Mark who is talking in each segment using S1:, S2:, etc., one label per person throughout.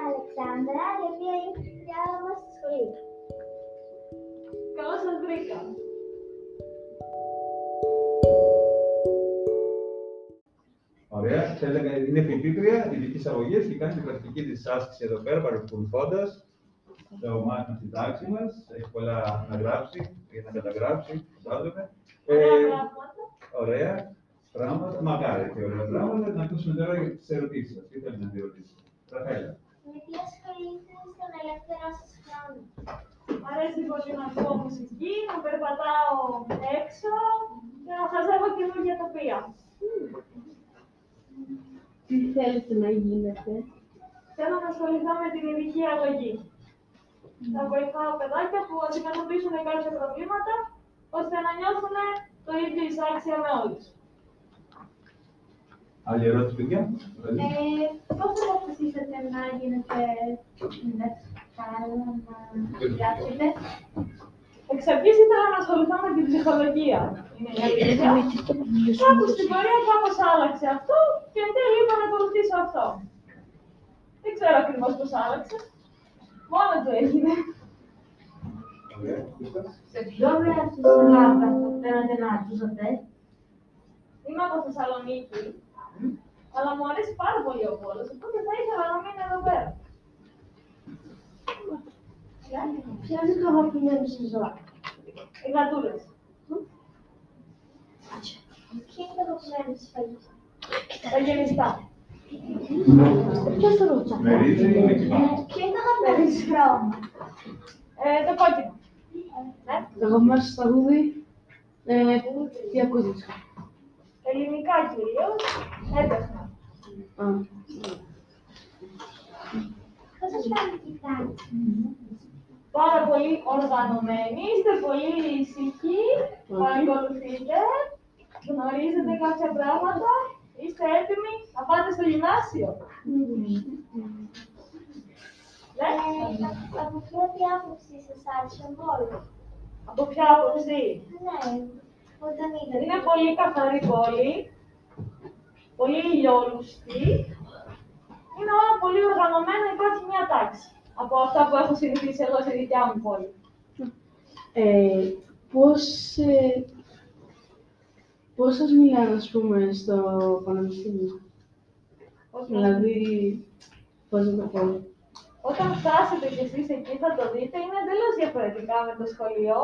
S1: Αλεξάνδρα, η οποία ήρθε μας στη σχολή.
S2: Καλώς σας βρήκα.
S3: Ωραία. Έλεγα, είναι φοιτήτρια ειδικής αγωγής και κάνει την πρακτική της άσκησης εδώ πέρα παρακολουθώντας το μάθημα στην τάξη μας. Έχει πολλά να γράψει για να καταγράψει, φαντάζομαι. Ε, ωραία πράγματα. Μακάρι και ωραία πράγματα. Να ακούσουμε τώρα τις ερωτήσεις σας. Τι θέλετε να τη ρωτήσετε. Ραφαέλα.
S1: Με τι ασχολείστε στον ελεύθερό σας χρόνο.
S2: Μ' αρέσει λοιπόν πολύ να ακούω μουσική, να περπατάω έξω και να χαζεύω καινούργια τοπία.
S4: Τι θέλετε να γίνετε.
S2: Θέλω να ασχοληθώ με την ειδική αγωγή. Να βοηθάω παιδάκια που αντιμετωπίζουν κάποια προβλήματα, ώστε να νιώθουν το ίδιο εισάξια με όλους.
S3: Άλλη ερώτηση, παιδιά. Ρωτήστε.
S1: Ε, Πώς αποφασίσατε να γίνετε δασκάλα, να γράψετε.
S2: Εξ αρχής ήθελα να ασχοληθώ με την ψυχολογία. Είναι η
S4: Ε,
S2: αλήθεια. Κάπου στην πορεία κάπως άλλαξε αυτό και εν τέλει είπα να ακολουθήσω αυτό. Δεν ξέρω ακριβώς πώς άλλαξε. Μόνο του έγινε.
S3: Ωραία. Κώστας.
S1: Σε ποιο μέρος της Ελλάδας θα θέλατε να ζούσατε.
S2: Είμαι από Θεσσαλονίκη, αλλά μου αρέσει πάρα πολύ ο πόλος, οπότε θα ήθελα να μείνω εδώ πέρα.
S1: Ποια είναι το αγαπημένο σας ζώο.
S2: Οι γατούλες.
S1: Ποιο είναι το αγαπημένο σας φαγητό.
S2: Τα γενιστά.
S4: Ποιος το ρωτά.
S3: Με ρίζε ή με κοιμά.
S1: Ποιο Ε, είναι το αγαπημένο σας χρώμα.
S2: Ε, το κόκκινο.
S1: Ε,
S4: Εγώ μέσα στο τραγούδι. Ε, τι ακούγεται.
S2: Ελληνικά κυρίως. Έντεχνα.
S4: Α,
S1: Πώς σας φαίνεται η τάξη.
S2: πάρα πολύ οργανωμένοι, είστε πολύ ήσυχοι,
S4: Πολύ.
S2: παρακολουθείτε, γνωρίζετε κάποια πράγματα, είστε έτοιμοι να πάτε στο γυμνάσιο. Ναι.
S1: Ε, Από ποια διάποψη σας άρεσε μόνο.
S2: Από ποια άποψη.
S1: Ναι, όταν είδατε.
S2: Είναι πολύ καθαρή πόλη, πολύ ηλιόλουστη, είναι όλα πολύ οργανωμένα, υπάρχει μια τάξη από αυτά που έχω συνηθίσει εγώ στη δικιά μου πόλη.
S4: Ε, πώς, ε, πώς σας μιλάνε, ας πούμε, στο πανεπιστήμιο.
S2: Πώς να-
S4: Δηλαδή, πώς να το πω.
S2: Όταν φτάσετε κι εσείς εκεί θα το δείτε, είναι εντελώς διαφορετικά με το σχολείο.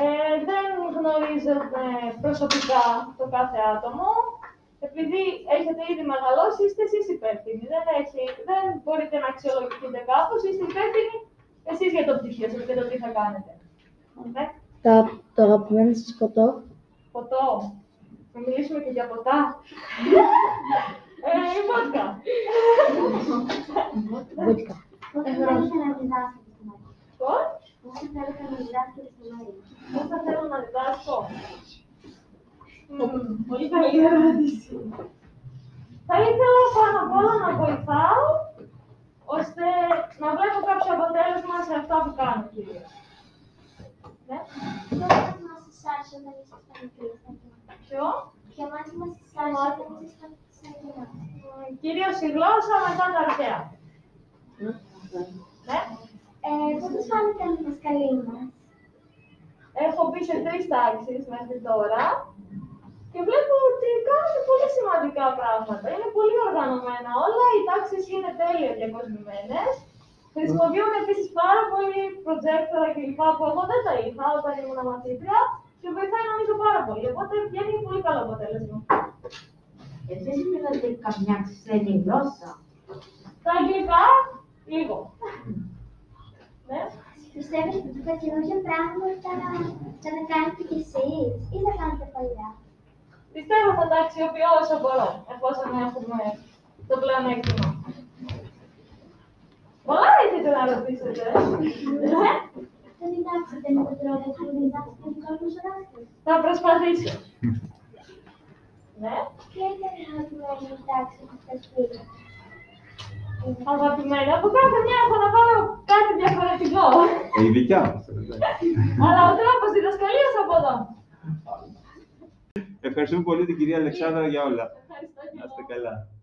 S2: Ε, δεν γνωρίζετε προσωπικά το κάθε άτομο. Επειδή έχετε ήδη μεγαλώσει, είστε εσείς υπεύθυνοι. Δεν, έχει, δεν μπορείτε να αξιολογηθείτε κάπως, είστε υπεύθυνοι εσείς για το πτυχίο σας και το τι θα κάνετε. Ναι.
S4: Τα, το αγαπημένο σας ποτό.
S2: Ποτό. Να μιλήσουμε και για ποτά. ε, η βότκα.
S4: Βότκα.
S1: Πόσο
S4: Εγώ.
S1: θέλετε να διδάσκετε στη Μαρία.
S2: Λοιπόν,
S1: Πόσο θέλετε να διδάσκετε στη Μαρία.
S2: Πώς θα θέλω να διδάσκω. Μμμ, Πολύ καλή ερώτηση. Θα ήθελα πάνω απ' όλα να βοηθάω, ώστε να βλέπω κάποιο αποτέλεσμα σε αυτά που κάνω κυρίως. Ναι,
S1: Ποιο μάθημα σας άρεσε όταν ήσασταν μικροί.
S2: ποιο.
S1: Ποιο μάθημα σας άρεσε όταν ήσασταν σαν κοινό.
S2: Μ, Κυρίως η γλώσσα μετά τα αρχαία. Ναι.
S1: Ε, Πώς σας φάνηκε η διδασκαλή μας.
S2: Έχω μπει σε τρεις τάξεις μέχρι τώρα και βλέπω ότι κάνουν πολύ σημαντικά πράγματα. Είναι πολύ οργανωμένα όλα, οι τάξεις είναι τέλεια διακοσμημένες. Χρησιμοποιούν επίσης πάρα πολύ προτζέκτορα κλπ. που εγώ δεν τα είχα όταν ήμουν μαθήτρια και βοηθάει νομίζω πάρα πολύ. Οπότε βγαίνει πολύ καλό αποτέλεσμα.
S5: Εσείς μιλάτε καμιά ξένη γλώσσα.
S2: Τα αγγλικά, λίγο. ναι.
S1: Πιστεύεις ότι τα καινούργια πράγματα θα τα κάνετε κι εσείς ή θα κάνετε παλιά.
S2: Πιστεύω θα τα αξιοποιώ όσο μπορώ, εφόσον έχουμε το πλεονέκτημα. Πολλά έχετε να ρωτήσετε. ε.
S1: Θα διδάξετε με τον τρόπο που διδάσκετε τον κόσμο στο δάσκαλο.
S2: Θα προσπαθήσω. ναι.
S1: Ποια ήταν η αγαπημένη τάξη που σας πήρε.
S2: Αγαπημένα, από κάθε μια έχω να πάρω κάτι διαφορετικό.
S3: Ε, Η δικιά μας.
S2: Αλλά ο τρόπος διδασκαλίας από εδώ.
S3: Ευχαριστούμε πολύ την κυρία Αλεξάνδρα για όλα.
S2: Ευχαριστώ και
S3: Να είστε
S2: εγώ.
S3: καλά.